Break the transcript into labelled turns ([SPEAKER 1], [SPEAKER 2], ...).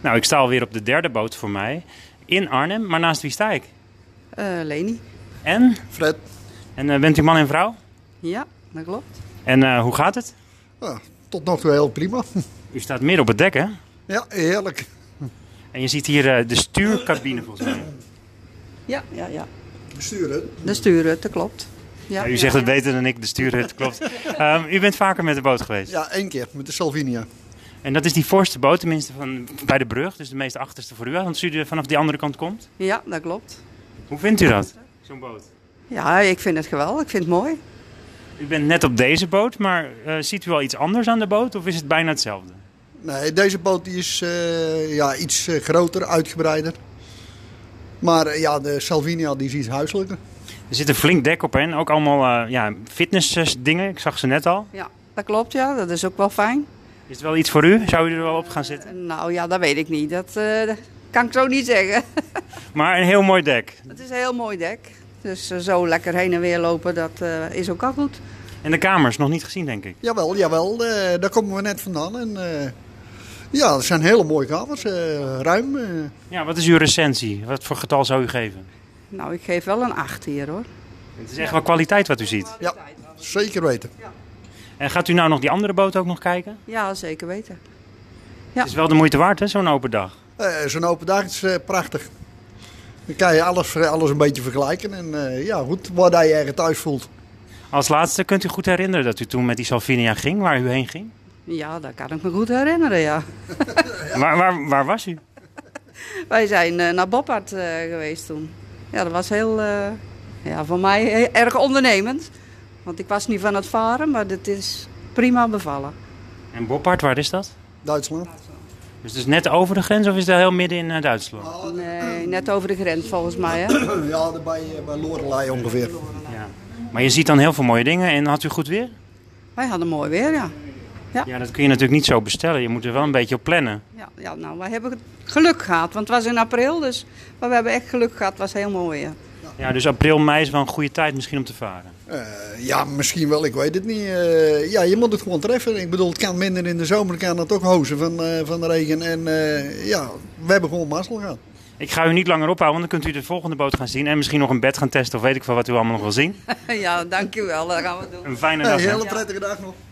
[SPEAKER 1] Nou, ik sta alweer op de derde boot voor mij. In Arnhem, maar naast wie sta ik?
[SPEAKER 2] Eh Leni.
[SPEAKER 1] En?
[SPEAKER 3] Fred,
[SPEAKER 1] En eh, bent u man en vrouw?
[SPEAKER 2] Ja, dat klopt.
[SPEAKER 1] En eh, hoe gaat het?
[SPEAKER 3] ja, Ah, tot nog toe heel prima.
[SPEAKER 1] U staat midden op het dek, hè?
[SPEAKER 3] Ja, heerlijk.
[SPEAKER 1] En je ziet hier eh, de stuurcabine volgens mij.
[SPEAKER 2] Ja, ja, ja.
[SPEAKER 3] Besturen?
[SPEAKER 2] De sturen, dat klopt. Ja.
[SPEAKER 1] Ja, Nou, u zegt het beter dan ik, de stuurhut, klopt. Ehm, u bent vaker met de boot geweest.
[SPEAKER 3] Ja, één keer met de Salvinia.
[SPEAKER 1] En dat is die voorste boot, tenminste van, bij de brug. Dus de meest achterste voor u, want u er vanaf die andere kant komt.
[SPEAKER 2] ja, dat klopt.
[SPEAKER 1] Hoe vindt u dat? Zo'n boot.
[SPEAKER 2] Ja, ik vind het geweldig. Ik vind het mooi.
[SPEAKER 1] U bent net op deze boot, maar eh, ziet u al iets anders aan de boot? Of is het bijna hetzelfde?
[SPEAKER 3] Nee, deze boot die is eh, ja, iets eh, groter, uitgebreider. Maar eh, ja, de Salvinia die is iets huiselijker.
[SPEAKER 1] Er zit een flink dek op hè, en ook allemaal eh, ja, fitnessdingen. Ik zag ze net al.
[SPEAKER 2] Ja, dat klopt. Ja, dat is ook wel fijn.
[SPEAKER 1] Is het wel iets voor u? Zou u er wel op gaan zitten?
[SPEAKER 2] Nou ja, dat weet ik niet. Dat eh, kan ik zo niet zeggen.
[SPEAKER 1] Maar een heel mooi dek.
[SPEAKER 2] Het is een heel mooi dek. Dus eh, zo lekker heen en weer lopen, dat eh, is ook al goed.
[SPEAKER 1] En de kamers, nog niet gezien denk ik.
[SPEAKER 3] Jawel, jawel, eh, daar komen we net vandaan. En, eh, ja, het zijn hele mooie kamers, eh, ruim. eh.
[SPEAKER 1] Ja, wat is uw recensie? Wat voor getal zou u geven?
[SPEAKER 2] Nou, ik geef wel een 8 hier hoor.
[SPEAKER 1] Het is echt wel kwaliteit wat u ziet.
[SPEAKER 3] ja, zeker weten.
[SPEAKER 1] En gaat u nou nog die andere boot ook nog kijken?
[SPEAKER 2] Ja, zeker weten.
[SPEAKER 1] Het is wel de moeite waard hè, zo'n open dag.
[SPEAKER 3] Eh, Zo'n open dag is eh, prachtig. Dan kan je alles, eh, alles een beetje vergelijken. En eh, ja, goed, waar je je thuis voelt.
[SPEAKER 1] Als laatste kunt u goed herinneren dat u toen met die Salvinia ging, waar u heen ging?
[SPEAKER 2] Ja, dat kan ik me goed herinneren, ja.
[SPEAKER 1] Waar, waar, waar was u?
[SPEAKER 2] Wij zijn eh, naar Boppard eh, geweest toen. Ja, dat was heel, eh, ja, voor mij heel erg ondernemend. Want ik was niet van het varen, maar dit is prima bevallen.
[SPEAKER 1] En Boppard, waar is dat?
[SPEAKER 3] Duitsland.
[SPEAKER 1] Dus dus net over de grens of is dat heel midden in eh, Duitsland?
[SPEAKER 2] Nee, net over de grens volgens mij, hè?
[SPEAKER 3] Ja, daar bij, eh, bij Lorelei ongeveer.
[SPEAKER 1] Ja. Maar je ziet dan heel veel mooie dingen en had u goed weer?
[SPEAKER 2] Wij hadden mooi weer, ja.
[SPEAKER 1] Ja, dat kun je natuurlijk niet zo bestellen. Je moet er wel een beetje op plannen.
[SPEAKER 2] Ja, ja nou, wij hebben geluk gehad, want het was in april, dus... Maar we hebben echt geluk gehad, het was heel mooi weer.
[SPEAKER 1] Ja, dus april, mei is wel een goede tijd misschien om te varen.
[SPEAKER 3] Eh, ja, misschien wel, ik weet het niet. Eh, ja, je moet het gewoon treffen. Ik bedoel, het kan minder in de zomer, kan het ook hozen van, eh, van de regen. En eh, ja, we hebben gewoon mazzel gehad.
[SPEAKER 1] Ik ga u niet langer ophouden, want dan kunt u de volgende boot gaan zien. En misschien nog een bed gaan testen of weet ik veel wat u allemaal nog wil zien.
[SPEAKER 2] ja, dankjewel, dat gaan we doen.
[SPEAKER 1] Een fijne
[SPEAKER 3] Een
[SPEAKER 1] dag. hè?
[SPEAKER 3] hele prettige dag nog.